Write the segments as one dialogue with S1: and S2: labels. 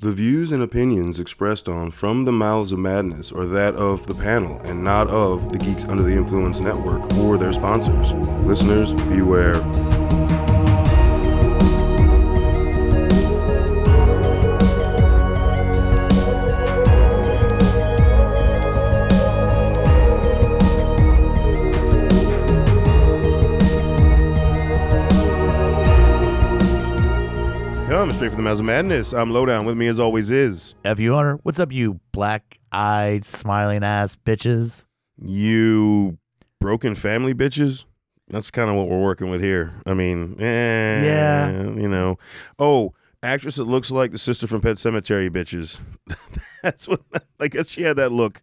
S1: The views and opinions expressed on From the Mouths of Madness are that of the panel and not of the Geeks Under the Influence Network or their sponsors. Listeners, beware. Come straight from the Mouths of Madness. I'm Lowdown. With me, as always, is
S2: If you are, what's up, you black eyed, smiling ass bitches?
S1: you broken family bitches. That's kind of what we're working with here. I mean, eh,
S2: Yeah.
S1: you know. Oh, actress that looks like the sister from Pet Cemetery, bitches. that's what. Like she had that look.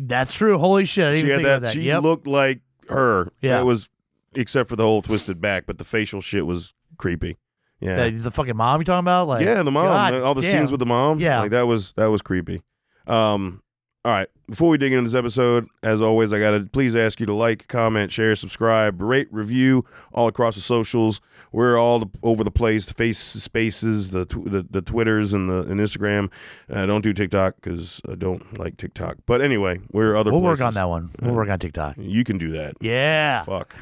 S2: That's true. Holy shit. I didn't
S1: she
S2: even
S1: had
S2: think of
S1: that,
S2: that.
S1: She
S2: yep.
S1: looked like her.
S2: Yeah.
S1: It was, except for the whole twisted back, but the facial shit was creepy. Yeah.
S2: That- the fucking mom you talking about? Like,
S1: yeah, the mom.
S2: God
S1: the- all the
S2: damn.
S1: scenes with the mom.
S2: Yeah.
S1: Like that was that was creepy. Um all right. Before we dig into this episode, as always, I gotta please ask you to like, comment, share, subscribe, rate, review all across the socials. We're all the, over the place. The face spaces, the tw- the, the twitters and the and Instagram. Uh, don't do TikTok because I don't like TikTok. But anyway, we're other.
S2: we'll
S1: places.
S2: work on that one. We'll work on TikTok.
S1: You can do that.
S2: Yeah.
S1: Fuck.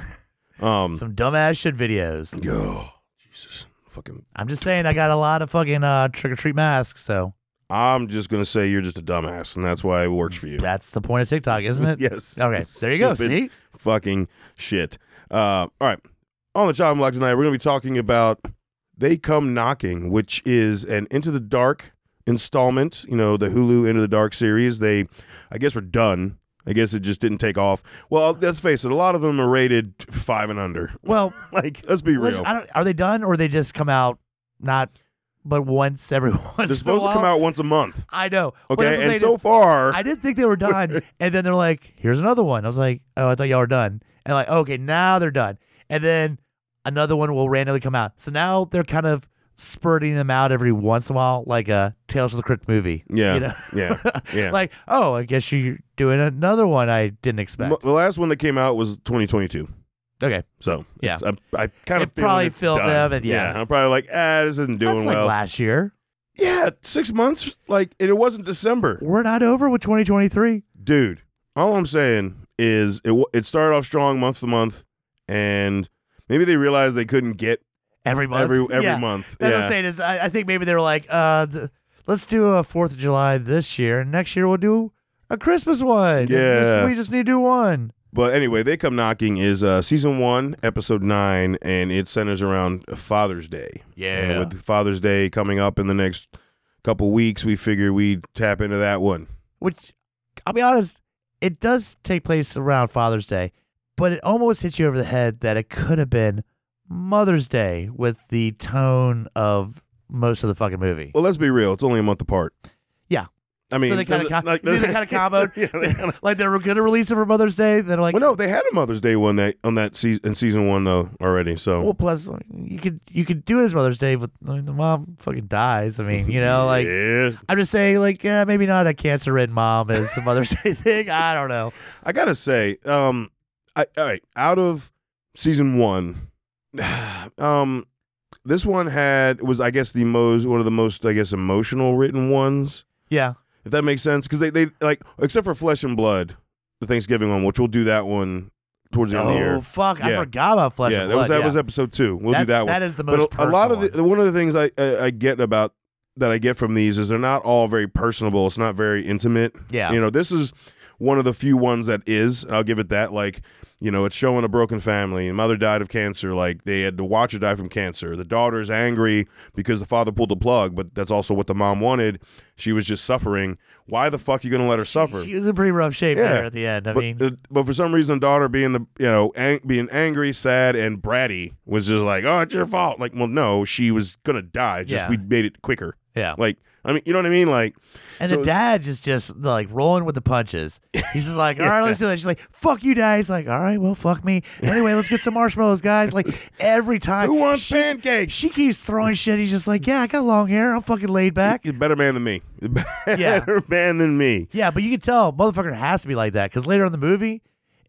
S1: Um.
S2: Some dumbass shit videos.
S1: yo, Jesus. Fucking.
S2: I'm just saying, I got a lot of fucking uh, trick or treat masks, so
S1: I'm just gonna say you're just a dumbass, and that's why it works for you.
S2: that's the point of TikTok, isn't it?
S1: yes.
S2: Okay, there you go.
S1: Stupid
S2: See?
S1: Fucking shit. Uh, all right. On the chopping block tonight, we're going to be talking about They Come Knocking, which is an Into the Dark installment, you know, the Hulu Into the Dark series. They, I guess, were done. I guess it just didn't take off. Well, let's face it, a lot of them are rated five and under.
S2: Well,
S1: Like, let's be
S2: let's-
S1: real.
S2: I don't, are they done or they just come out not, but once every once in
S1: They're
S2: a
S1: supposed to come
S2: while?
S1: out once a month.
S2: I know. Well, that's
S1: Okay.
S2: what
S1: And
S2: they
S1: so
S2: just-
S1: far,
S2: I didn't think they were done. and then they're like, here's another one. I was like, oh, I thought y'all were done. And like, okay, now they're done. And then another one will randomly come out. So now they're kind of spurting them out every once in a while, like a Tales of the Crypt movie.
S1: yeah,
S2: You know?
S1: yeah. Yeah.
S2: like, oh, I guess you're doing another one I didn't expect.
S1: Mo- The last one that came out was 2022.
S2: okay.
S1: So
S2: Yeah.
S1: it's- I, I kind of
S2: It probably
S1: it's
S2: filled
S1: done.
S2: them and- yeah.
S1: I'm probably like, ah, this isn't doing
S2: That's like
S1: well.
S2: last year.
S1: yeah, six months. Like and it wasn't December,
S2: We're not over with 2023.
S1: dude. All I'm saying is it wa- it started off strong month to month, and maybe they realized they couldn't get
S2: Every month.
S1: every every
S2: Yeah.
S1: month.
S2: That's what
S1: yeah.
S2: I'm saying is I, I think maybe they were like, uh, th- let's do a Fourth of July this year, and next year we'll do a Christmas one. and this-
S1: Yeah.
S2: we just need to do one.
S1: But anyway, they come knocking is uh, season one, episode nine, and it centers around Father's Day. And with Father's Day coming up in the next couple weeks, we figure we would tap into that one.
S2: which I'll be honest, it does take place around Father's Day, but it almost hits you over the head that it could have been Mother's Day with the tone of most of the fucking movie.
S1: Well, let's be real. It's only a month apart.
S2: Yeah.
S1: I mean,
S2: So they kinda
S1: does it-
S2: co- they kinda comboed.
S1: Yeah, they kinda-
S2: like they were gonna release it for Mother's Day, then like,
S1: well, no, they had a Mother's Day one that on that season in season one though already. So
S2: oh, Well, plus you could you could do it as Mother's Day, but I mean, the mom fucking dies. I mean, you know, like
S1: yeah.
S2: I'm just saying, like yeah, maybe not a cancer-ridden mom as the Mother's Day thing. I don't know.
S1: I gotta say, um, I, all right, out of season one, um, this one had was I guess the most one of the most I guess emotional written ones,
S2: Yeah,
S1: if that makes sense, because they they like except for Flesh and Blood, the Thanksgiving one, which we'll do that one towards the end of the
S2: oh
S1: year.
S2: fuck, I
S1: Yeah.
S2: forgot about Flesh
S1: yeah,
S2: and
S1: that was
S2: Blood,
S1: that was episode two. We'll
S2: That's-
S1: do that one.
S2: That is the most.
S1: but a, a lot of
S2: personal
S1: the, one of the things I, I I get about that I get from these is they're not all very personable. It's not very intimate.
S2: one. yeah,
S1: You know, this is one of the few ones that is. I'll give it that. Like, you know, it's showing a broken family. The mother died of cancer. Like, they had to watch her die from cancer. The daughter's angry because the father pulled the plug, but that's also what the mom wanted. She was just suffering. Why the fuck you going to let her suffer?
S2: She was in pretty rough shape
S1: Yeah.
S2: there at the end. I
S1: but,
S2: mean,
S1: uh, but for some reason, daughter being the you know ang- being angry, sad, and bratty was just like, oh, it's your fault. Like, well, no, she was gonna die. Just
S2: Yeah.
S1: we made it quicker.
S2: yeah.
S1: Like, I mean, you know what I mean? Like,
S2: And
S1: so-
S2: the dad is just like rolling with the punches. He's just like, all right, let's do that. She's like, fuck you, dad. He's like, all right, well, fuck me. Anyway, let's get some marshmallows, guys. Like every time.
S1: who wants
S2: she,
S1: pancakes?
S2: she keeps throwing shit. He's just like, yeah, I got long hair. I'm fucking laid back.
S1: You're a better man than me. Better man than me.
S2: Yeah, but you can tell motherfucker has to be like that because later in the movie,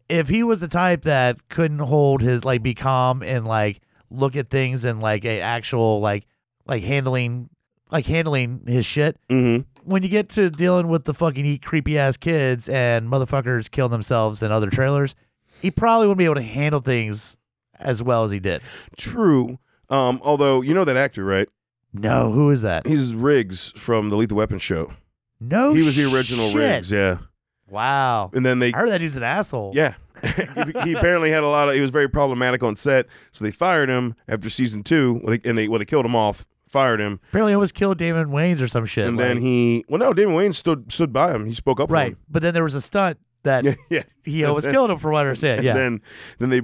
S2: if he was the type that couldn't hold his like be calm and like look at things and like a actual like like handling like handling his shit.
S1: hmm
S2: When you get to dealing with the fucking eat creepy ass kids and motherfuckers killing themselves in other trailers, he probably wouldn't be able to handle things as well as he did.
S1: True. Um, although you know that actor, right?
S2: No, who is that?
S1: He's Riggs from the Lethal Weapon show.
S2: No,
S1: he was the original
S2: Oh, shit.
S1: Riggs, yeah.
S2: Wow,
S1: And then they,
S2: I heard that dude's an asshole.
S1: yeah, he apparently had a lot of. He was very problematic on set, so they fired him after season two. well, they- And they, well, they killed him off, fired him,
S2: apparently he almost killed Damon Wayans or some shit.
S1: and
S2: like-
S1: then he. Well, no, Damon Wayne stood stood by him. He spoke up for
S2: right,
S1: him.
S2: but then there was a stunt that
S1: Yeah, yeah.
S2: he almost
S1: then-
S2: killed him, from what I understand.
S1: And
S2: Yeah,
S1: then, then they.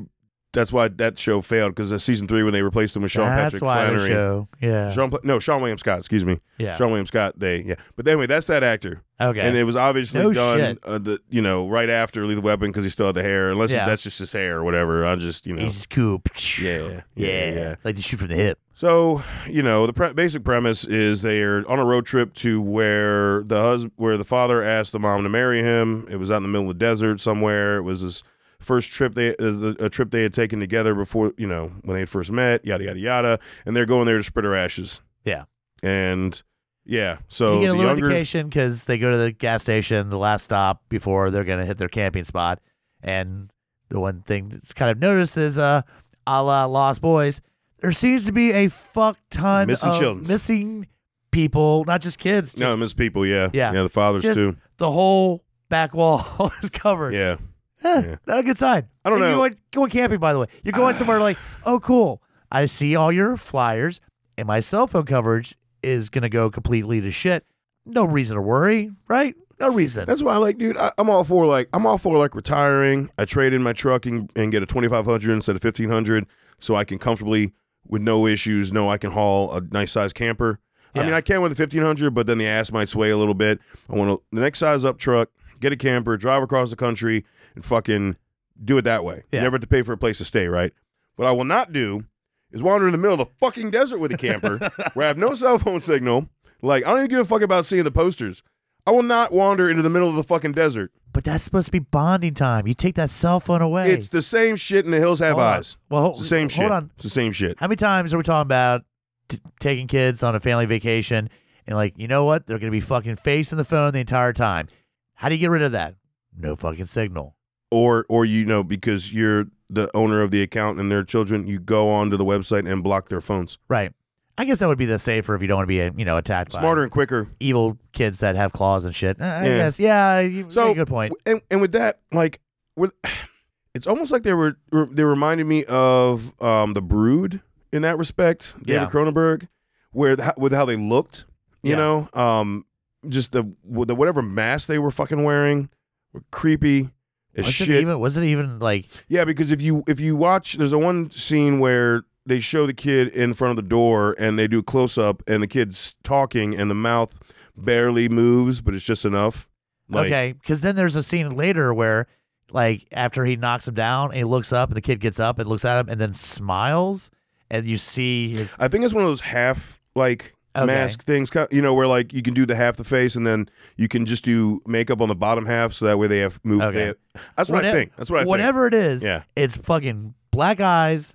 S1: That's why that show failed because season three when they replaced him with Sean
S2: that's
S1: Patrick
S2: why
S1: Flannery.
S2: the show. Yeah,
S1: Sean, Pla- no, Sean William Scott. Excuse me,
S2: yeah.
S1: Sean William Scott. They, yeah. But anyway, that's that actor,
S2: okay,
S1: and it was obviously
S2: No
S1: done,
S2: shit.
S1: uh, the, you know, right after Lethal Weapon because he still had the hair. Unless
S2: Yeah.
S1: that's just his hair or whatever. I just, you know,
S2: he's cool.
S1: yeah, yeah,
S2: yeah,
S1: yeah.
S2: Like you shoot from the hip.
S1: So, you know, the pre- basic premise is they are on a road trip to where the hus- where the father asked the mom to marry him. It was out in the middle of the desert somewhere. It was his first trip they uh, a trip they had taken together before, you know, when they had first met, yada yada yada, and they're going there to spread her ashes.
S2: Yeah.
S1: And yeah,
S2: you
S1: so
S2: get a
S1: the
S2: little
S1: younger
S2: indication because they go to the gas station, the last stop before they're gonna hit their camping spot. And the one thing that's kind of noticed is, uh, a la Lost Boys, there seems to be a fuck ton
S1: Missing
S2: of
S1: childrens.
S2: missing people, not just kids. Just
S1: no, miss people, yeah.
S2: Yeah.
S1: Yeah, the fathers
S2: Just-
S1: too.
S2: the whole back wall is covered.
S1: Yeah.
S2: Eh,
S1: yeah.
S2: Not a good sign.
S1: I don't
S2: And
S1: know.
S2: You're going, going camping, by the way. You're going somewhere like, oh, cool. I see all your flyers, and my cell phone coverage is going to go completely to shit. No reason to worry, right? No reason.
S1: That's why, like, dude, I, I'm all for like I'm all for like retiring. I trade in my truck and, and get a 2500 instead of 1500, so I can comfortably with no issues. know I can haul a nice size camper. I
S2: Yeah.
S1: mean, I can with the 1500, but then the ass might sway a little bit. I want to the next size up truck, get a camper, drive across the country, and fucking do it that way.
S2: Yeah.
S1: Never have to pay for a place to stay, right? What I will not do is wander in the middle of the fucking desert with a camper where I have no cell phone signal. Like, I don't even give a fuck about seeing the posters. I will not wander into the middle of the fucking desert.
S2: but that's supposed to be bonding time. You take that cell phone away.
S1: It's the same shit and the hills have
S2: Hold on.
S1: eyes.
S2: Well,
S1: It's the same
S2: hold
S1: shit.
S2: on.
S1: It's the same shit.
S2: How many times are we talking about t- taking kids on a family vacation and like, you know what? They're going to be fucking facing the phone the entire time. How do you get rid of that? No fucking signal.
S1: Or or you know, because you're the owner of the account and their children, you go onto the website and block their phones.
S2: Right. I guess that would be the safer if you don't want to be, you know, attacked by
S1: Smarter and quicker.
S2: evil kids that have claws and shit. Uh, I
S1: Yeah.
S2: guess, yeah, you
S1: So-
S2: make a good point.
S1: And and with that, like with it's almost like they were they reminded me of um the brood in that respect, David
S2: Yeah.
S1: Cronenberg, where the, with how they looked, you
S2: Yeah.
S1: know, um just the, the whatever mask they were fucking wearing were creepy as
S2: Was
S1: shit.
S2: it even? Was it even like?
S1: Yeah, because if you if you watch, there's a one scene where they show the kid in front of the door and they do a close up and the kid's talking and the mouth barely moves, but it's just enough. Like,
S2: okay, because then there's a scene later where, like, after he knocks him down, and he looks up, and the kid gets up and looks at him, and then smiles, and you see his.
S1: I think it's one of those half like
S2: Okay.
S1: mask things, ki- you know, where like you can do the half the face and then you can just do makeup on the bottom half, so that way they have move.
S2: Okay.
S1: they have- that's what I
S2: Whate-
S1: think. That's what I
S2: Whatever it is,
S1: think. Yeah,
S2: it's fucking black eyes,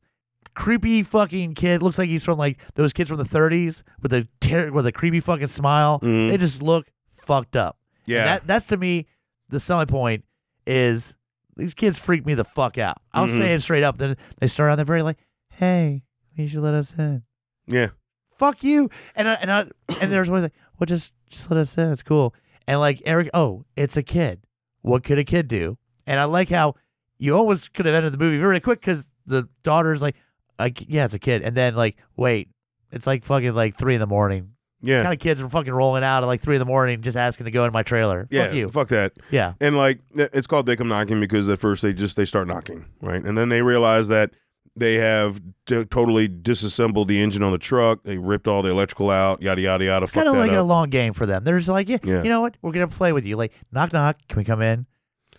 S2: creepy fucking kid. Looks like he's from like those kids from the 30s with a ter- with a creepy fucking smile.
S1: Mhm.
S2: They just look fucked up. And
S1: yeah.
S2: that, that's to me the selling point is these kids freak me the fuck out. I'll
S1: Mhm.
S2: say it straight up. Then they start on their very like, hey, you should let us in.
S1: Yeah.
S2: Fuck you. And I, and I, and there's always like, well, just just let us in. It's cool. And like Eric, oh, it's a kid. What could a kid do? And I like how you almost could have ended the movie really quick because the daughter's like, like, yeah, it's a kid. And then like, wait, it's like fucking like three in the morning.
S1: yeah,
S2: Kind of kids are fucking rolling out at like three in the morning, just asking to go in my trailer.
S1: yeah.
S2: Fuck you.
S1: Fuck that.
S2: Yeah.
S1: And like th- it's called they come knocking because at first they just they start knocking, right? And then they realize that they have t- totally disassembled the engine on the truck. They ripped all the electrical out, yada yada yada.
S2: It's kind of like a
S1: up.
S2: long game for them. They're just like, yeah,
S1: Yeah.
S2: you know what? We're gonna play with you. Like, knock knock. Can we come in?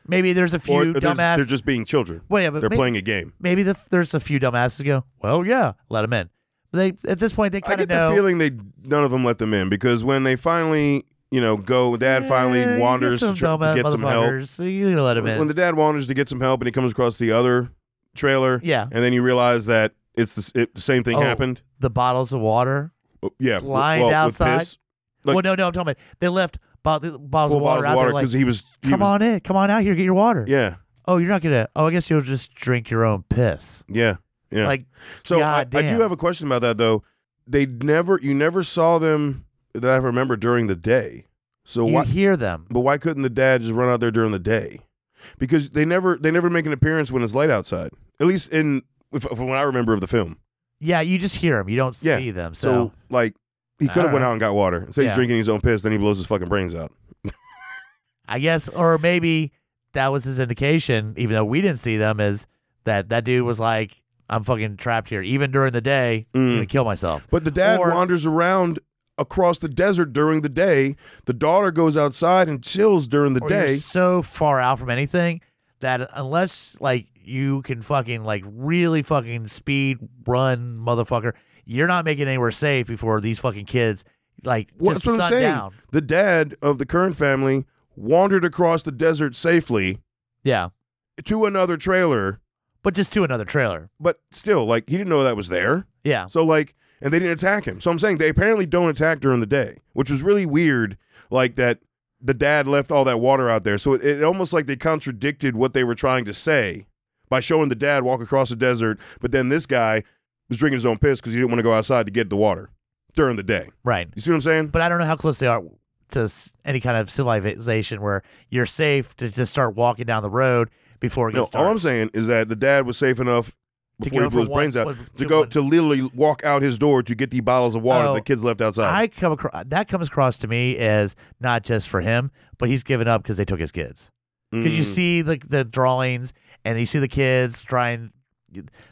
S2: Maybe there's a few
S1: or, or they're, just,
S2: dumbass.
S1: they're just being children.
S2: well, yeah, but
S1: They're
S2: may-
S1: playing a game.
S2: maybe the, there's a few dumbasses who go. Well, yeah, let them in. But they at this point they
S1: I
S2: kind
S1: get
S2: of
S1: the
S2: know.
S1: feeling they none of them let them in because when they finally you know go, dad
S2: "Eh,
S1: finally
S2: you
S1: wanders
S2: get
S1: to,
S2: some
S1: tr- to
S2: dumbass
S1: get some help.
S2: motherfuckers, so you gotta let them in.
S1: When the dad wanders to get some help and he comes across the other trailer,
S2: yeah,
S1: and then you realize that it's the, s- it, the same thing
S2: Oh.
S1: happened.
S2: the bottles of water
S1: Oh, yeah, w-
S2: Blind
S1: well, with
S2: outside?
S1: piss. Like-
S2: well, no, no, I'm talking about they left bottles, bottles
S1: full
S2: of water
S1: bottles
S2: out
S1: of water
S2: there. Like,
S1: because he was. He
S2: come
S1: was-
S2: on in, come on out here, get your water.
S1: Yeah,
S2: Oh, you're not gonna. Oh, I guess you'll just drink your own piss.
S1: yeah, yeah.
S2: Like,
S1: so I, I do
S2: goddamn.
S1: have a question about that though. They never, you never saw them that I remember during the day. So
S2: you
S1: why?
S2: hear them.
S1: But why couldn't the dad just run out there during the day? Because they never, they never make an appearance when it's light outside. At least in if- from what I remember of the film.
S2: Yeah, you just hear them. You don't
S1: Yeah,
S2: see them.
S1: So,
S2: So,
S1: like, he
S2: I
S1: could have
S2: don't
S1: went
S2: know.
S1: out and got water. Instead,
S2: Yeah.
S1: he's drinking his own piss. Then he blows his fucking brains out.
S2: I guess, or maybe that was his indication, even though we didn't see them, is that that dude was like, "I'm fucking trapped here. Even during the day, I'm
S1: Mm.
S2: gonna kill myself."
S1: But the dad
S2: Or-
S1: wanders around across the desert during the day. The daughter goes outside and chills during the
S2: Or you're
S1: day.
S2: so far out from anything that unless like you can fucking like really fucking speed run, motherfucker, you're not making anywhere safe before these fucking kids like
S1: Well,
S2: just
S1: that's what I'm
S2: sun
S1: saying.
S2: down.
S1: The dad of the current family wandered across the desert safely
S2: Yeah,
S1: to another trailer,
S2: but just to another trailer.
S1: but still, like, he didn't know that was there.
S2: Yeah,
S1: So, like, and they didn't attack him. So I'm saying they apparently don't attack during the day, which was really weird. Like, that the dad left all that water out there. So it, it almost like they contradicted what they were trying to say by showing the dad walk across the desert, but then this guy was drinking his own piss because he didn't want to go outside to get the water during the day.
S2: right.
S1: You see what I'm saying?
S2: But I don't know how close they are to s- any kind of civilization where you're safe to just start walking down the road before it
S1: No,
S2: gets
S1: all I'm
S2: dark.
S1: saying is that the dad was safe enough
S2: To
S1: before
S2: go
S1: he blew
S2: from
S1: his
S2: one-
S1: brains out
S2: one-
S1: to
S2: to
S1: go
S2: one-
S1: to literally walk out his door to get the bottles of water
S2: Oh,
S1: the kids left outside.
S2: I come across that comes across to me as not just for him, but he's given up because they took his kids. because you
S1: Mm.
S2: see the the drawings and you see the kids trying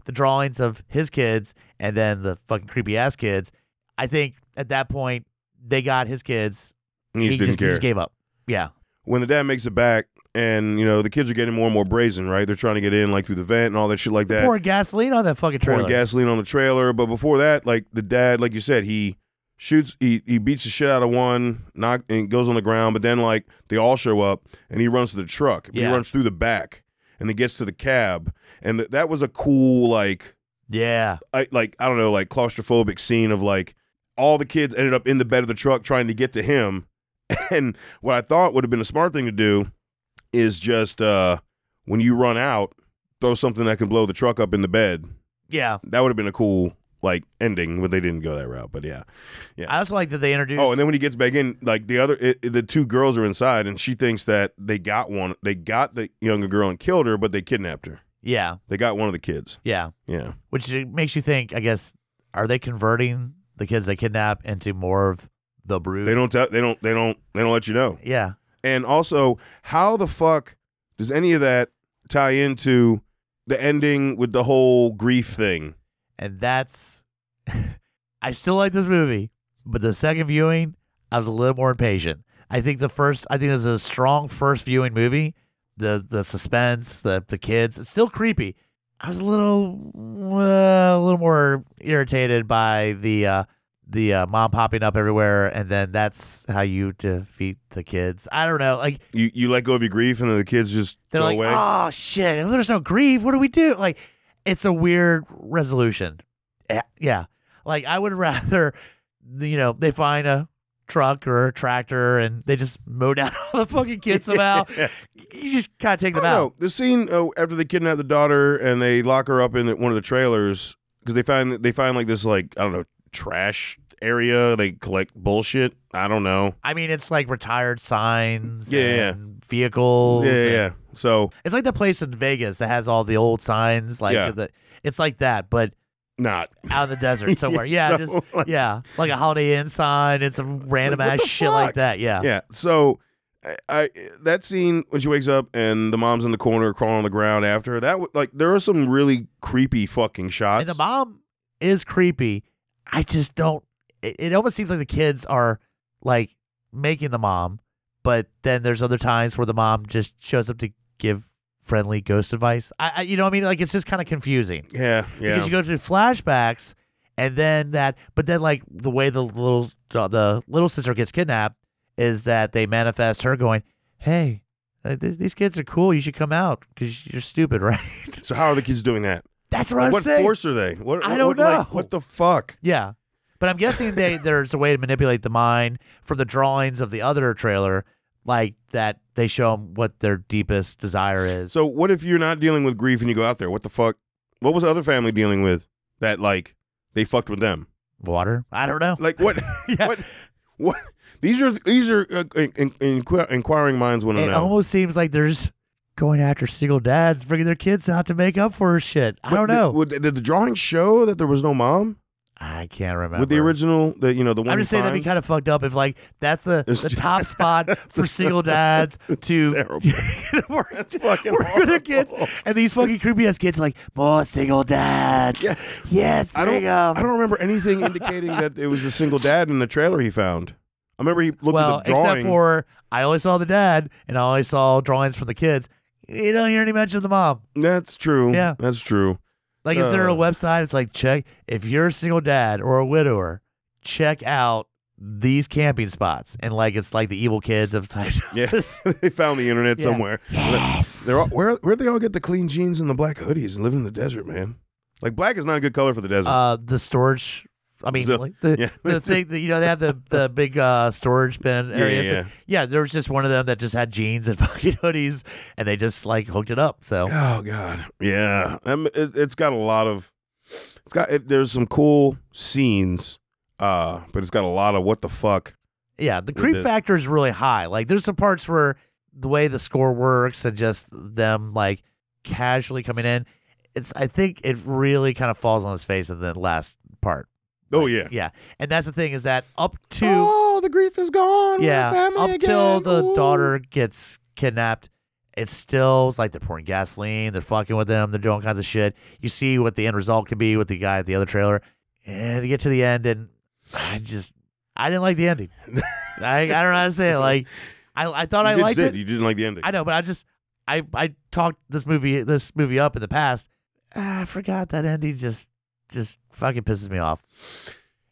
S2: the drawings of his kids and then the fucking creepy ass kids. I think at that point they got his kids.
S1: he just didn't
S2: just, he
S1: care.
S2: just gave up. Yeah,
S1: when the dad makes it back and you know the kids are getting more and more brazen right they're trying to get in like through the vent and all that shit like that
S2: pouring gasoline on that fucking
S1: pouring
S2: trailer.
S1: gasoline on the trailer but before that like the dad like you said he shoots he, he beats the shit out of one knock and goes on the ground but then like they all show up and he runs to the truck he
S2: Yeah.
S1: runs through the back and then gets to the cab and th- that was a cool like
S2: yeah,
S1: I, like i don't know like claustrophobic scene of like all the kids ended up in the bed of the truck trying to get to him and what i thought would have been a smart thing to do is just uh when you run out throw something that can blow the truck up in the bed
S2: yeah.
S1: that would have been a cool like ending but they didn't go that route but yeah
S2: I also like that they introduced.
S1: oh and then when he gets back in like the other it, it- the two girls are inside and she thinks that they got one they got the younger girl and killed her but they kidnapped her
S2: yeah,
S1: they got one of the kids
S2: yeah,
S1: yeah
S2: which it makes you think. I guess are they converting the kids they kidnap into more of the brood?
S1: they don't tell they don't they don't they don't let you know
S2: Yeah,
S1: And also, how the fuck does any of that tie into the ending with the whole grief thing?
S2: and that's I still like this movie, but the second viewing, I was a little more impatient. I think the first, I think it was a strong first viewing movie. The the suspense, the the kids, it's still creepy. I was a little uh, a little more irritated by the uh, the uh, mom popping up everywhere, and then that's how you defeat the kids. I don't know, like
S1: You you let go of your grief, and then the kids just
S2: they're
S1: go
S2: like,
S1: away.
S2: oh shit, there's no grief. What do we do? Like, it's a weird resolution. Eh, Yeah. Like, I would rather, you know, they find a truck or a tractor and they just mow down all the fucking kids somehow.
S1: Yeah.
S2: You just kind of take
S1: I
S2: them
S1: don't
S2: out.
S1: know. The scene uh, after they kidnap the daughter and they lock her up in one of the trailers because they find they find like this like I don't know trash area. They collect bullshit. I don't know.
S2: I mean, it's like retired signs
S1: Yeah, yeah.
S2: and vehicles.
S1: Yeah, yeah,
S2: and-
S1: yeah. So
S2: It's like the place in Vegas that has all the old signs. Like,
S1: Yeah.
S2: the, it's like that, but
S1: not
S2: out in the desert somewhere. yeah.
S1: So,
S2: just,
S1: like-
S2: yeah. Like a Holiday Inn sign and some random
S1: what
S2: ass
S1: the
S2: shit like
S1: fuck?
S2: that. Yeah.
S1: Yeah. So I, I that scene when she wakes up and the mom's in the corner crawling on the ground after her. That w- like there are some really creepy fucking shots.
S2: And the mom is creepy. I just don't. It, it almost seems like the kids are like making the mom, but then there's other times where the mom just shows up to give friendly ghost advice. I, I you know what I mean? Like it's just kind of confusing
S1: yeah, yeah.
S2: because you go through flashbacks and then that, but then like the way the little the little sister gets kidnapped is that they manifest her going, "Hey, uh, th- these kids are cool. You should come out because you're stupid, right?"
S1: so how are the kids doing that?
S2: That's what I'm
S1: what
S2: saying.
S1: force are they? What,
S2: I
S1: what-
S2: don't
S1: what, like,
S2: know.
S1: what the fuck?
S2: Yeah. But I'm guessing they there's a way to manipulate the mind from the drawings of the other trailer, like that they show them what their deepest desire is.
S1: So what if you're not dealing with grief and you go out there? What the fuck? What was the other family dealing with that like they fucked with them?
S2: Water? I don't know.
S1: Like what?
S2: Yeah.
S1: What? What? These are these are uh, in, in, inquir- inquiring minds want to
S2: It
S1: know.
S2: almost seems like they're just going after single dads, bringing their kids out to make up for shit. I
S1: What-
S2: don't know.
S1: Did, would- did the drawing show that there was no mom
S2: I can't remember.
S1: with the original? The you know the one.
S2: I'm
S1: he
S2: just saying that'd be
S1: finds?
S2: kind of fucked up if like that's the,
S1: It's
S2: the
S1: just-
S2: top spot for single dads to
S1: terrible.
S2: work,
S1: fucking
S2: work with their
S1: horrible.
S2: kids, and these fucking creepy ass kids are like more single dads.
S1: Yeah.
S2: Yes,
S1: I
S2: bring
S1: don't.
S2: 'em."
S1: I don't remember anything indicating that it was a single dad in the trailer he found. I remember he looked
S2: well,
S1: at the drawing.
S2: except for I only saw the dad, and I only saw drawings from the kids. You don't hear any mention of the mom.
S1: That's true.
S2: Yeah.
S1: that's true.
S2: Like, is there a
S1: Uh.
S2: website? It's like check if you're a single dad or a widower, check out these camping spots, and like it's like the evil kids have typed.
S1: Yes, they found the internet
S2: Yeah.
S1: somewhere.
S2: Yes.
S1: They're all, where where they all get the clean jeans and the black hoodies and living in the desert, man. Like black is not a good color for the desert.
S2: uh the storage I mean
S1: So-
S2: like the
S1: yeah.
S2: the thing that you know they have the the big uh storage bin
S1: Yeah,
S2: areas.
S1: yeah,
S2: and- yeah, there was just one of them that just had jeans and fucking hoodies and they just like hooked it up. So
S1: Oh God, yeah. Um, it, it's got a lot of. It's got it, there's some cool scenes, uh, but it's got a lot of what the fuck.
S2: yeah, the
S1: It
S2: creep
S1: is.
S2: factor is really high. Like there's some parts where the way the score works and just them like casually coming in. It's I think it really kind of falls on his face in the last part.
S1: Oh yeah.
S2: Yeah. And that's the thing is that up to
S1: Oh, the grief is gone. We're a
S2: yeah,
S1: family
S2: up
S1: again.
S2: till the
S1: Ooh.
S2: daughter gets kidnapped, it's still it's like they're pouring gasoline, they're fucking with them, they're doing all kinds of shit. You see what the end result could be with the guy at the other trailer, and you get to the end, and I just I didn't like the ending. I I don't know how to say it. Like I I thought
S1: You
S2: I
S1: just
S2: liked
S1: did.
S2: it.
S1: You didn't like the ending.
S2: I know, but I just I I talked this movie this movie up in the past. Ah, I forgot that ending just just fucking pisses me off.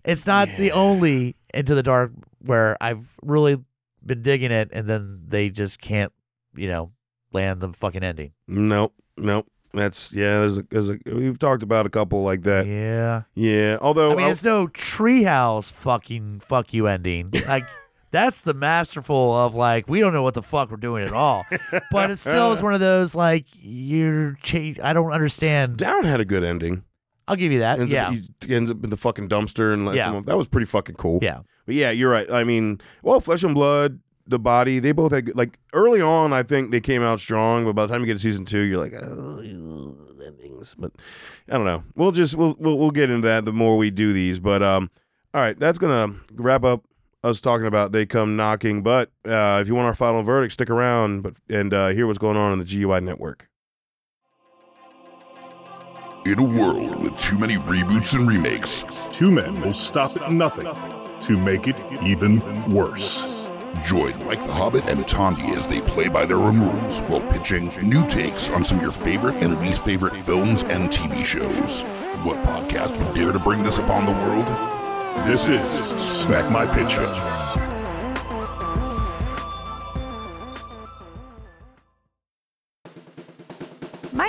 S2: It's not the
S1: Yeah.
S2: only Into the Dark where I've really been digging it, and then they just can't, you know, land the fucking ending.
S1: Nope. Nope. That's yeah. There's a, there's a we've talked about a couple like that. Yeah.
S2: Yeah,
S1: Although
S2: I mean,
S1: I-
S2: it's no Treehouse fucking fuck you ending. Like that's the masterful of like we don't know what the fuck we're doing at all, but it still is one of those like you're change. I don't understand.
S1: Down had a good ending.
S2: I'll give you that.
S1: Ends
S2: Uh, yeah.
S1: Up, he ends up in the fucking dumpster and lets
S2: Yeah.
S1: him off. That was pretty fucking cool.
S2: Yeah.
S1: But yeah, you're right. I mean, well, Flesh and Blood, The Body, they both had good- like early on. I think they came out strong, but by the time you get to season two, you're like oh, endings. But I don't know. We'll just we'll, we'll we'll get into that the more we do these. But um, all right, that's gonna wrap up us talking about they come knocking. But uh, if you want our final verdict, stick around. But and uh, hear what's going on on the GUI network.
S3: In a world with too many reboots and remakes,
S4: Two men will stop at nothing to make it even worse.
S3: join Mike the Hobbit and Tandy as they play by their own rules while pitching new takes on some of your favorite and least favorite films and TV shows. What podcast would dare to bring this upon the world?
S4: This is Smack My Pitch Up.
S5: My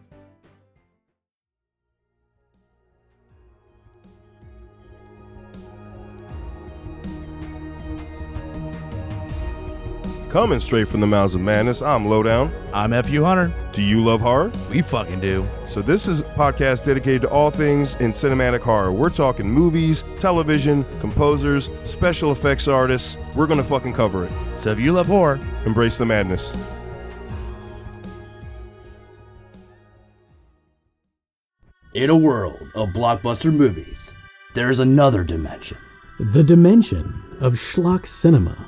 S1: Coming straight from the mouths of madness, I'm Lowdown.
S2: e, I'm F.U. Hunter.
S1: Do you love horror?
S2: We fucking do.
S1: So this is a podcast dedicated to all things in cinematic horror. We're talking movies, television, composers, special effects artists. We're going to fucking cover it.
S2: So if you love horror,
S1: Embrace the madness.
S6: In a world of blockbuster movies, there's another dimension.
S7: The dimension of schlock cinema.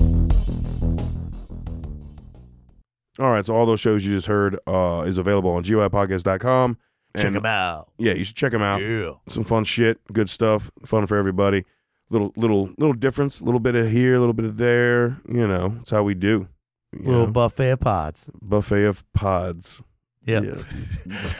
S1: All right, so all those shows you just heard uh, is available on GYPodcast.com. And,
S2: Check them out.
S1: Yeah, you should check them out.
S2: Yeah.
S1: Some fun shit, good stuff, fun for everybody. Little little little difference, little bit of here, little bit of there. You know, it's how we do. You
S2: Little
S1: know,
S2: buffet of pods.
S1: buffet of pods.
S2: Yep.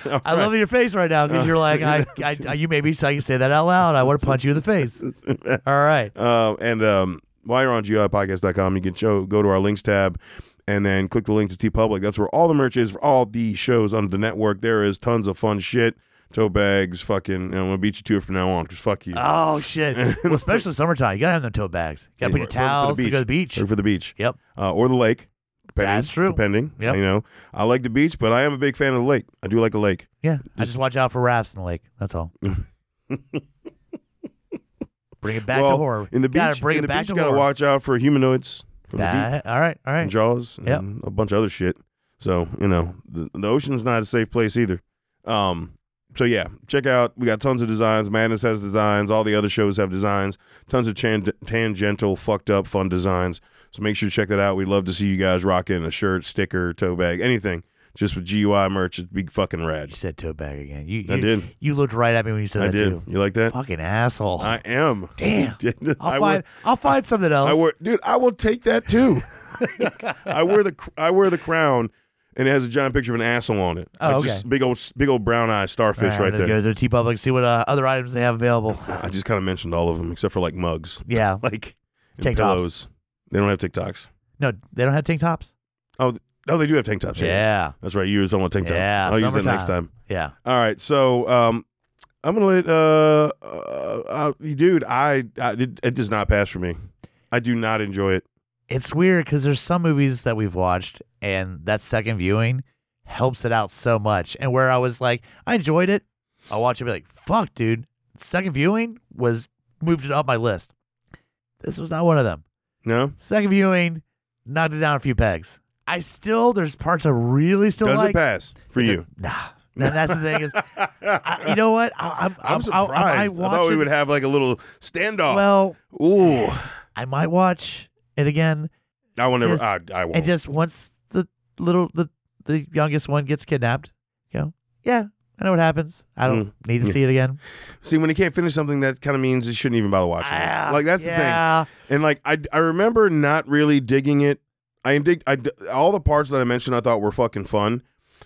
S1: Yeah. All
S2: I love your face right now because you're like, I, I, I, you made me say, say that out loud. I want to punch you in the face.
S1: right.
S2: All right.
S1: Um, and um, while you're on GIPodcast.com, you can show, go to our links tab and then click the link to T Public. That's where all the merch is for all the shows on the network. There is tons of fun shit. Tote bags, fucking. And I'm gonna beat you to it from now on because fuck you.
S2: Oh, shit. Well, especially summertime. You got to have them tote bags. You got to
S1: Or- or
S2: put your
S1: for the
S2: towels to
S1: beach.
S2: go to the beach.
S1: Or for the beach.
S2: Yep.
S1: Uh, or the lake. Depending,
S2: That's true.
S1: Depending.
S2: Yep.
S1: You know, I like the beach, but I am a big fan of the lake. I do like the lake.
S2: Yeah. I just watch out for rafts in the lake. That's all. bring it back
S1: well,
S2: to horror.
S1: In the beach,
S2: gotta bring
S1: in the
S2: it back
S1: beach,
S2: to
S1: you gotta
S2: horror.
S1: watch out for humanoids from the deep.
S2: That- all right. All
S1: and
S2: right.
S1: Jaws
S2: Yep.
S1: and a bunch of other shit. So, you know, the, the ocean's not a safe place either. Um, so yeah, check out. We got tons of designs. Madness has designs. All the other shows have designs. Tons of chan- tangential, fucked up, fun designs. So make sure to check that out. We'd love to see you guys rocking a shirt, sticker, tote bag, anything. Just with GUI merch, it'd be fucking
S2: You
S1: rad.
S2: said tote bag again. You,
S1: I
S2: you-
S1: did.
S2: You looked right at me when you said
S1: I
S2: that
S1: did.
S2: too.
S1: You like that?
S2: Fucking asshole.
S1: I am.
S2: uh, Damn. I'll
S1: I
S2: find.
S1: wear-
S2: I'll find something else.
S1: I wear, dude. I will take that too. I wear the cr- I wear the crown, and it has a giant picture of an asshole on it.
S2: Oh,
S1: Like, just big old big old brown eye
S2: All
S1: starfish
S2: I'm
S1: right
S2: gonna
S1: there.
S2: Go to T Public, see what uh, other items they have available.
S1: I just kind of mentioned all of them except for like mugs,
S2: yeah.
S1: like and
S2: Tank tops.
S1: pillows. They don't have TikToks.
S2: No, they don't have tank tops.
S1: Oh, they do have tank tops.
S2: Yeah.
S1: that's right. You were talking about tank tops.
S2: Yeah,
S1: I'll use that next
S2: summertime.
S1: time.
S2: Yeah.
S1: All right, so um, I'm gonna let uh, uh, uh dude. I, I it, it does not pass for me. I do not enjoy it.
S2: It's weird because there's some movies that we've watched, and that second viewing helps it out so much. And where I was like, I enjoyed it. I watch it, and be like, fuck, dude. Second viewing was moved it up my list. This was not one of them.
S1: No,
S2: Second viewing knocked it down a few pegs. I still there's parts I really still
S1: does
S2: like.
S1: it pass for you?
S2: Nah. And that's the thing is, I, you know what? I, I'm,
S1: I'm
S2: I-
S1: surprised.
S2: I,
S1: I,
S2: I,
S1: thought
S2: watch
S1: we
S2: it-
S1: would have like a little standoff.
S2: Well,
S1: Ooh,
S2: I might watch it again,
S1: I will never.
S2: Just-
S1: I, I won't.
S2: and just once the little the the youngest one gets kidnapped, you know, yeah, I know what happens. I don't need to
S1: Hmm. Yeah.
S2: see it again.
S1: See, when he can't finish something, that kind of means you shouldn't even bother watching.
S2: Ah,
S1: it. Like that's the
S2: yeah.
S1: thing. And like I, I remember not really digging it. I dig. I d- all the parts that I mentioned, I thought were fucking fun.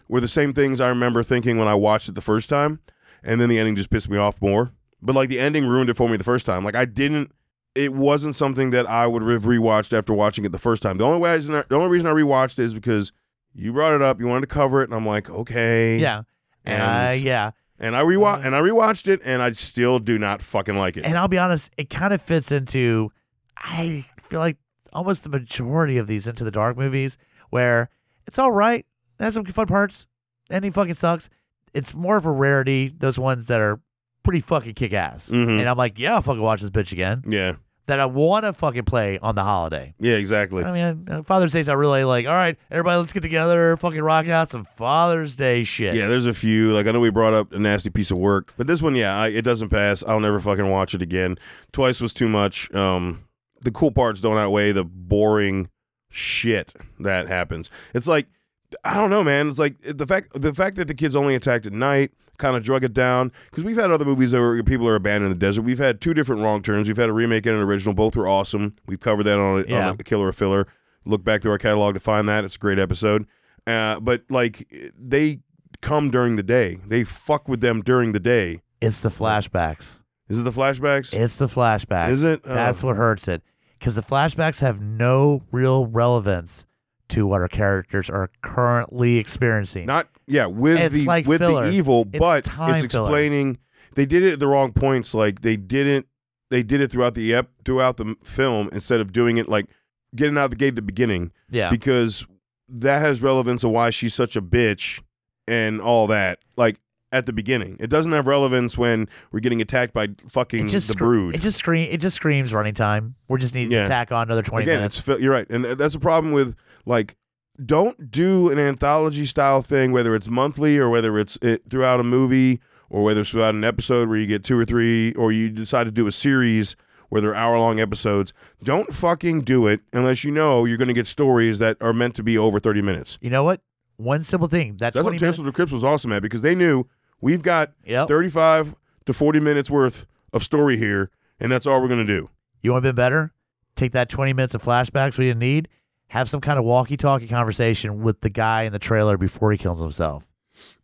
S1: Were the same things I remember thinking when I watched it the first time, and then the ending just pissed me off more. But like the ending ruined it for me the first time. Like I didn't. It wasn't something that I would have rewatched after watching it the first time. The only way I, the only reason I rewatched it is because you brought it up. You wanted to cover it, and I'm like, okay,
S2: Yeah. And I, yeah,
S1: And I rewa- and I rewatched it, and I still do not fucking like it.
S2: and I'll be honest, it kind of fits into. I feel like almost the majority of these Into the Dark movies, where it's all right, it has some fun parts, ending fucking sucks. It's more of a rarity. Those ones that are pretty fucking kick ass,
S1: Mhm.
S2: and I'm like, yeah, I'll fucking watch this bitch again.
S1: yeah,
S2: That I want to fucking play on the holiday.
S1: yeah, exactly.
S2: I mean, uh, Father's Day's not really like, all right, everybody, let's get together, fucking rock out some Father's Day shit.
S1: Yeah, there's a few. Like I know we brought up a nasty piece of work, but this one, yeah, I, it doesn't pass. I'll never fucking watch it again. Twice was too much. Um, the cool parts don't outweigh the boring shit that happens. It's like I don't know, man. It's like the fact the fact that the kids only attacked at night kind of drug it down because we've had other movies that where people are abandoned in the desert. We've had two different wrong turns. We've had a remake and an original. Both were awesome. We've covered that on a,
S2: Yeah.
S1: on a killer or filler. Look back through our catalog to find that. It's a great episode. Uh, but like they come during the day. They fuck with them during the day.
S2: It's the flashbacks.
S1: Is it the flashbacks?
S2: It's the flashbacks.
S1: Is it? Oh.
S2: That's what hurts it. Because the flashbacks have no real relevance to what our characters are currently experiencing.
S1: Not yeah, with
S2: It's
S1: the
S2: like
S1: with
S2: filler.
S1: the evil,
S2: It's
S1: but
S2: time
S1: it's
S2: filler.
S1: explaining they did it at the wrong points. Like they didn't they did it throughout the ep throughout the m- film instead of doing it like getting out of the gate at the beginning
S2: yeah.
S1: because that has relevance of why she's such a bitch and all that. Like at the beginning, it doesn't have relevance when we're getting attacked by fucking
S2: it just
S1: the
S2: scr-
S1: brood.
S2: It just scream. It just screams running time. We're just needing
S1: Yeah.
S2: to tack on another twenty
S1: Again,
S2: minutes.
S1: it's fi- you're right, and that's a problem with like don't do an anthology style thing, whether it's monthly or whether it's it, throughout a movie or whether it's throughout an episode where you get two or three, or you decide to do a series where they're hour long episodes. Don't fucking do it unless you know you're going to get stories that are meant to be over 30 minutes.
S2: You know what? One simple thing. That's,
S1: That's what
S2: 20 minutes.
S1: Tales of the Crypt was awesome at because they knew we've got
S2: Yep.
S1: 35 to 40 minutes worth of story here, and that's all we're going to do.
S2: You want to be better? Take that 20 minutes of flashbacks we didn't need. Have some kind of walkie talkie conversation with the guy in the trailer before he kills himself.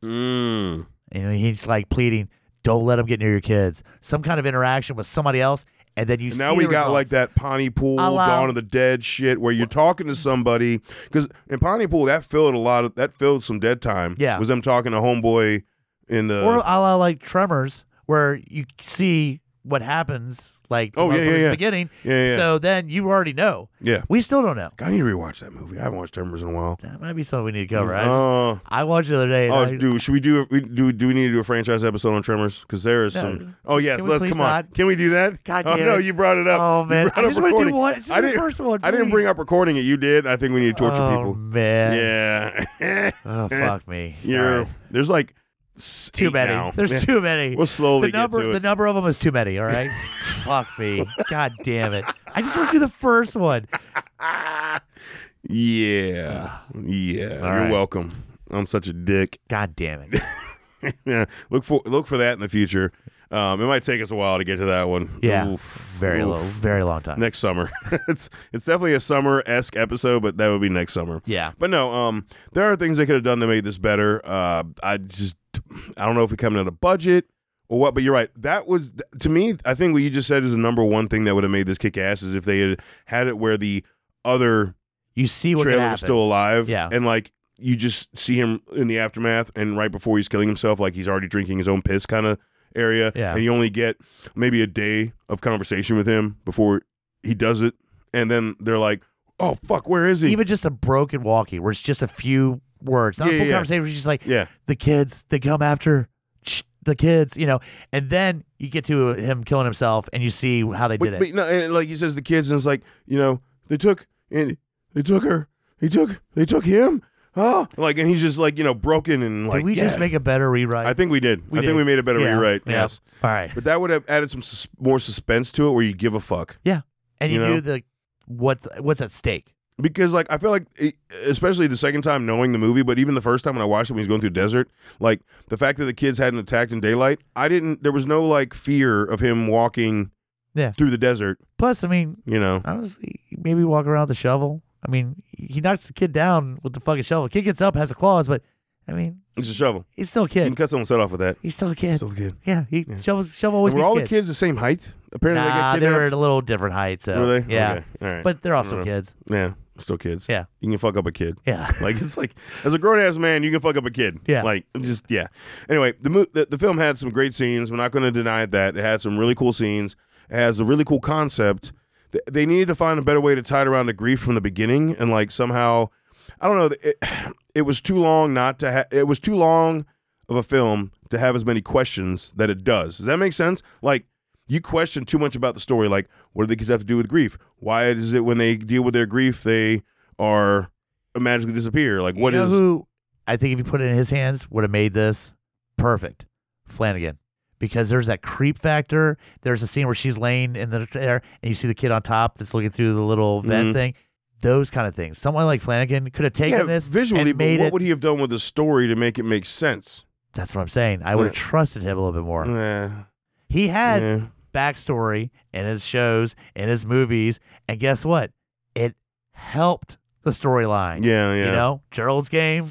S1: Mm.
S2: And he's like pleading, don't let him get near your kids. Some kind of interaction with somebody else. And then you
S1: And
S2: see
S1: now we
S2: the
S1: got like
S2: results.
S1: that Pontypool,
S2: A la-
S1: Dawn of the Dead shit, where you're talking to somebody because in Pontypool that filled a lot of that filled some dead time.
S2: Yeah.
S1: was them talking to homeboy in the
S2: or a la like Tremors, where you see what happens like the
S1: Oh, yeah,
S2: motherfucker's
S1: yeah, yeah.
S2: beginning.
S1: yeah yeah
S2: So then you already know.
S1: yeah.
S2: We still don't know.
S1: I need to rewatch that movie. I haven't watched Tremors in a while.
S2: That might be something we need to cover. I, just-
S1: Uh,
S2: I watched the other day. and
S1: oh,
S2: I-
S1: dude, should we do we do do we need to do a franchise episode on Tremors? Because there is
S2: No.
S1: some. Oh yes,
S2: Can we
S1: let's
S2: please
S1: come on.
S2: not?
S1: Can we do that?
S2: God
S1: oh
S2: damn
S1: no,
S2: it.
S1: you brought it up.
S2: Oh
S1: You
S2: man,
S1: brought
S2: I
S1: up
S2: just want to do
S1: recording.
S2: one. It's
S1: I
S2: the
S1: didn't-
S2: first one.
S1: I didn't
S2: please.
S1: bring up recording it. You did. I think we need to torture
S2: oh,
S1: people.
S2: Man.
S1: Yeah.
S2: Oh fuck me.
S1: You're,
S2: All right.
S1: There's like s-
S2: Too
S1: eight
S2: many.
S1: now.
S2: There's
S1: Yeah.
S2: too many.
S1: We'll slowly
S2: the number
S1: get to
S2: the
S1: it.
S2: number of them is too many, all right? fuck me. God damn it. I just want to do the first one.
S1: yeah, yeah. You're
S2: right.
S1: welcome. I'm such a dick.
S2: God damn it.
S1: Yeah. Look for look for that in the future. Um, it might take us a while to get to that one.
S2: Yeah.
S1: Oof,
S2: Very
S1: oof.
S2: low, very long time.
S1: Next summer. it's it's definitely a summer esque episode, but that would be next summer.
S2: yeah.
S1: But no, um, there are things they could have done to make this better. Uh, I just, I don't know if it coming out of budget or what. But you're right. That was to me. I think what you just said is the number one thing that would have made this kick ass is if they had had it where the other
S2: You see what could
S1: trailer
S2: happen.
S1: was still alive.
S2: Yeah.
S1: and like you just see him in the aftermath and right before he's killing himself, like he's already drinking his own piss kind of area.
S2: Yeah.
S1: and you only get maybe a day of conversation with him before he does it, and then they're like, "Oh fuck, where is he?"
S2: even just a broken walkie where it's just a few words, not
S1: Yeah,
S2: a full
S1: yeah, yeah.
S2: conversation. It's just like
S1: yeah,
S2: the kids, they come after shh, the kids, you know, and then you get to him killing himself and you see how they did
S1: but,
S2: it.
S1: but, no, and like he says, the kids, and it's like you know, they took and they took her, they took they took him, oh, like, and he's just like you know, broken and like.
S2: did we just
S1: yeah.
S2: make a better rewrite?
S1: I think we did.
S2: We
S1: I
S2: did.
S1: think we made a better
S2: Yeah.
S1: rewrite.
S2: Yeah.
S1: Yes,
S2: All right.
S1: but that would have added some sus- more suspense to it, where you give a fuck.
S2: And
S1: you
S2: you,
S1: know?
S2: knew the what what's at stake.
S1: Because like I feel like, it- especially the second time knowing the movie, but even the first time when I watched it when he's going through the desert, like the fact that the kids hadn't attacked in daylight, I didn't. There was no like fear of him walking
S2: Yeah. Uh,
S1: through the desert.
S2: Plus, I mean,
S1: You know,
S2: I was maybe walk around with a shovel. I mean, he knocks the kid down with the fucking shovel. Kid gets up, has a claws, but I mean,
S1: it's a shovel.
S2: he's still a
S1: You can
S2: kid.
S1: cut someone's head off with that.
S2: He's still a kid.
S1: Still a kid.
S2: yeah, he
S1: Yeah.
S2: shovels shovel always
S1: And were
S2: beats
S1: all
S2: kid.
S1: the kids the same height? Apparently,
S2: Nah,
S1: they
S2: they
S1: get
S2: were at
S1: kidnapped.
S2: a little different height. So
S1: Were they?
S2: Yeah,
S1: Okay. All right.
S2: but they're
S1: I
S2: all
S1: don't
S2: still
S1: know.
S2: kids.
S1: yeah, still kids.
S2: Yeah.
S1: you can fuck up a kid.
S2: Yeah.
S1: Like it's like as a grown ass man, you can fuck up a kid.
S2: Yeah.
S1: Like just yeah. Anyway, the mo- the, the film had some great scenes. We're not going to deny that. It had some really cool scenes. It has a really cool concept. Th- They needed to find a better way to tie it around to grief from the beginning, and like somehow, I don't know. It, it was too long not to. Ha- it was too long of a film to have as many questions that it does. Does that make sense? Like you question too much about the story. Like, what do the kids have to do with grief? Why is it when they deal with their grief they are magically disappear? Like, what
S2: you
S1: is
S2: know who I think if you put it in his hands would have made this perfect? Flanagan. Because there's that creep factor. There's a scene where she's laying in the air and you see the kid on top that's looking through the little vent
S1: Mhm.
S2: thing. Those kind of things. Someone like Flanagan could have taken
S1: yeah,
S2: this
S1: visually?
S2: and made
S1: But what
S2: it.
S1: would he have done with the story to make it make sense?
S2: that's what I'm saying. I would have trusted him a little bit more.
S1: Yeah,
S2: He had
S1: yeah.
S2: backstory in his shows, in his movies, and guess what? It helped the storyline.
S1: yeah, yeah,
S2: You know, Gerald's game.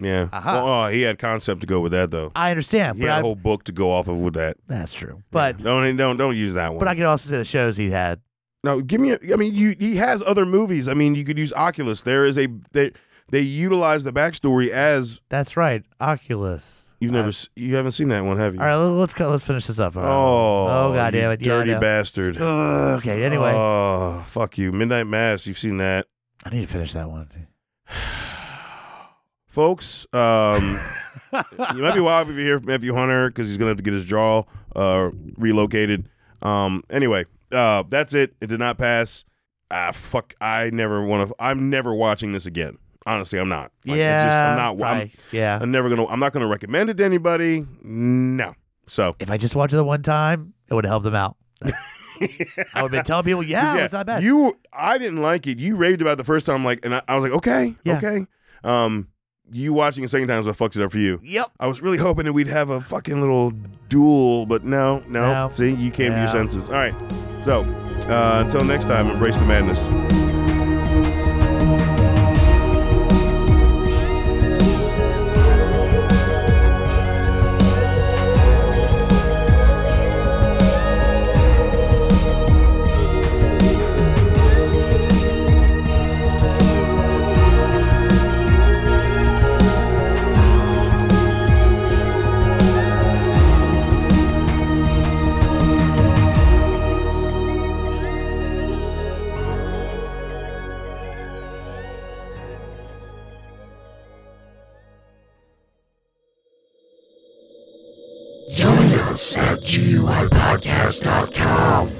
S1: yeah.
S2: Aha.
S1: Well, oh, he had concept to go with that though.
S2: I understand,
S1: he
S2: Uh, but
S1: had
S2: I,
S1: a whole book to go off of with that.
S2: that's true. But
S1: oh, Yeah. don't don't don't use that one.
S2: But I could also say the shows he had.
S1: No, give me. A, I mean, you he has other movies. I mean, you could use Oculus. There is a they they utilize the backstory as
S2: That's right, Oculus.
S1: you've never s you haven't seen that one, have you?
S2: All right, let- let's go, let's finish this up. All right.
S1: Oh,
S2: oh god
S1: you
S2: damn it,
S1: dirty
S2: yeah, I know.
S1: bastard.
S2: Ugh, okay, anyway,
S1: oh fuck you, Midnight Mass. You've seen that,
S2: I need to finish that one.
S1: folks. Um, you might be wild if you hear from Matthew Hunter because he's gonna have to get his jaw uh relocated. Um, anyway, uh, that's it. It did not pass. Ah, fuck. I never want to. I'm never watching this again. Honestly, I'm not. Like,
S2: yeah,
S1: it's just, I'm not. I'm-
S2: probably. yeah.
S1: I'm never gonna. I'm not gonna recommend it to anybody. No. So
S2: if I just watched it the one time, it would have helped them out. I would have been telling people, yeah, it's not bad.
S1: You, I didn't like it. You raved about it the first time, like, and I, I was like, okay,
S2: Yeah.
S1: okay. Um, you watching it second time is what fucked it up for you.
S2: yep.
S1: I was really hoping that we'd have a fucking little duel, but no, no.
S2: No.
S1: See, you came to
S2: No.
S1: your senses. All right. So, uh, until next time, embrace the madness.
S8: Jonas at GUIPodcast.com.